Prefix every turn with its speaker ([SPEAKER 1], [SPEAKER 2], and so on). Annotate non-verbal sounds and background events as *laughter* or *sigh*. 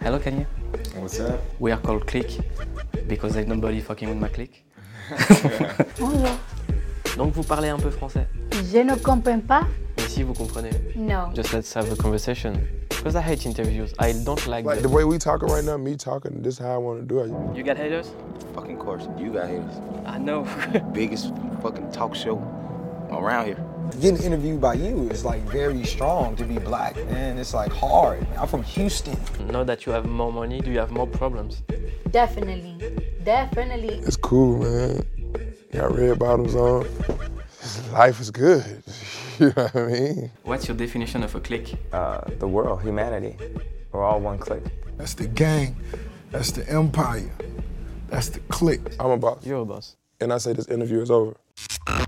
[SPEAKER 1] Hello, Kanye.
[SPEAKER 2] What's up?
[SPEAKER 1] We are called Click because there's nobody fucking with my clique.
[SPEAKER 3] Bonjour.
[SPEAKER 1] Donc vous parlez un peu français.
[SPEAKER 3] Je ne comprends pas.
[SPEAKER 1] Mais si vous comprenez.
[SPEAKER 3] No.
[SPEAKER 1] Just let's have a conversation. Because I hate interviews. I don't like,
[SPEAKER 4] Like the
[SPEAKER 1] them.
[SPEAKER 4] way we talking right now, me talking, this is how I want to do it.
[SPEAKER 1] You got haters?
[SPEAKER 5] Fucking course. You got haters.
[SPEAKER 1] I *laughs* know.
[SPEAKER 5] Biggest fucking talk show around here.
[SPEAKER 6] Getting interviewed by you is like very strong to be black, man. It's like hard. I'm from Houston.
[SPEAKER 1] now that you have more money, do you have more problems?
[SPEAKER 3] Definitely. Definitely.
[SPEAKER 4] It's cool, man. Got red bottoms on. Life is good. *laughs* you know what I mean?
[SPEAKER 1] What's your definition of a clique?
[SPEAKER 2] Uh, the world, humanity. We're all one click.
[SPEAKER 7] That's the gang. That's the empire. That's the clique.
[SPEAKER 4] I'm a boss.
[SPEAKER 1] You're a boss.
[SPEAKER 4] And I say this interview is over.